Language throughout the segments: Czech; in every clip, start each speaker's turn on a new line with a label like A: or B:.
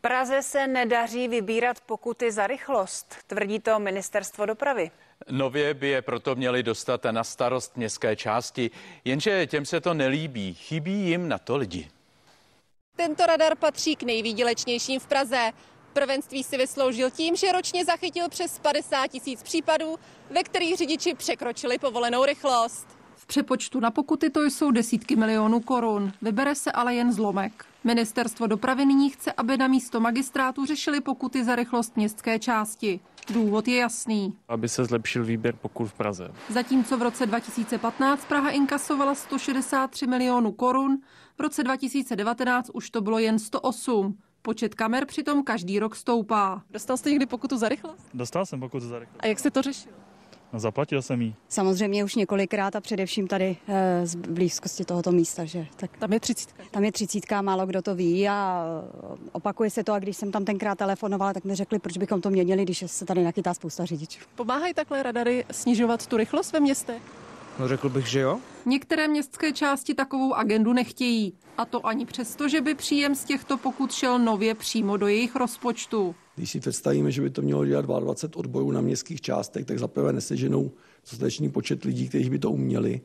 A: Praze se nedaří vybírat pokuty za rychlost, tvrdí to ministerstvo dopravy.
B: Nově by je proto měli dostat na starost městské části, jenže těm se to nelíbí, chybí jim na to lidi.
C: Tento radar patří k nejvýdělečnějším v Praze. Prvenství si vysloužil tím, že ročně zachytil přes 50 tisíc případů, ve kterých řidiči překročili povolenou rychlost.
D: V přepočtu na pokuty to jsou desítky milionů korun. Vybere se ale jen zlomek. Ministerstvo dopravy nyní chce, aby na místo magistrátu řešili pokuty za rychlost městské části. Důvod je jasný.
E: Aby se zlepšil výběr pokut v Praze.
D: Zatímco v roce 2015 Praha inkasovala 163 milionů korun, v roce 2019 už to bylo jen 108. Počet kamer přitom každý rok stoupá.
C: Dostal jste někdy pokutu za rychlost?
E: Dostal jsem pokutu za rychlost.
C: A jak se to řešil?
E: No, zaplatil jsem jí.
F: Samozřejmě už několikrát a především tady eh, z blízkosti tohoto místa, že tak
C: Tam je 30.
F: tam je třicítka, málo kdo to ví a eh, opakuje se to a když jsem tam tenkrát telefonovala, tak mi řekli, proč bychom to měnili, když se tady nachytá spousta řidičů.
C: Pomáhají takhle radary snižovat tu rychlost ve městech?
G: No řekl bych, že jo.
D: Některé městské části takovou agendu nechtějí. A to ani přesto, že by příjem z těchto pokut šel nově přímo do jejich rozpočtu.
H: Když si představíme, že by to mělo dělat 22 odbojů na městských částech, tak zaprvé neseženou dostatečný počet lidí, kteří by to uměli.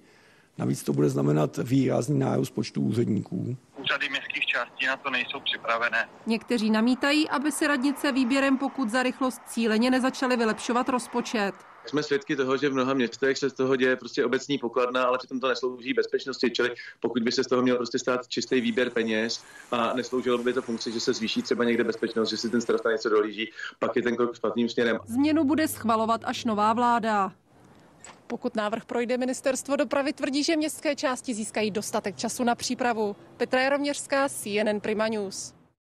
H: Navíc to bude znamenat výrazný nárůst počtu úředníků.
I: úřady městských částí na to nejsou připravené.
D: Někteří namítají, aby si radnice výběrem pokut za rychlost cíleně nezačaly vylepšovat rozpočet.
J: Jsme svědky toho, že v mnoha městech se z toho děje prostě obecní pokladna, ale přitom to neslouží bezpečnosti, čili pokud by se z toho měl prostě stát čistý výběr peněz a nesloužilo by to funkci, že se zvýší třeba někde bezpečnost, že si ten starosta něco dolíží, pak je ten krok špatným směrem.
D: Změnu bude schvalovat až nová vláda.
C: Pokud návrh projde, ministerstvo dopravy tvrdí, že městské části získají dostatek času na přípravu. Petra Jaroměřská, CNN Prima News.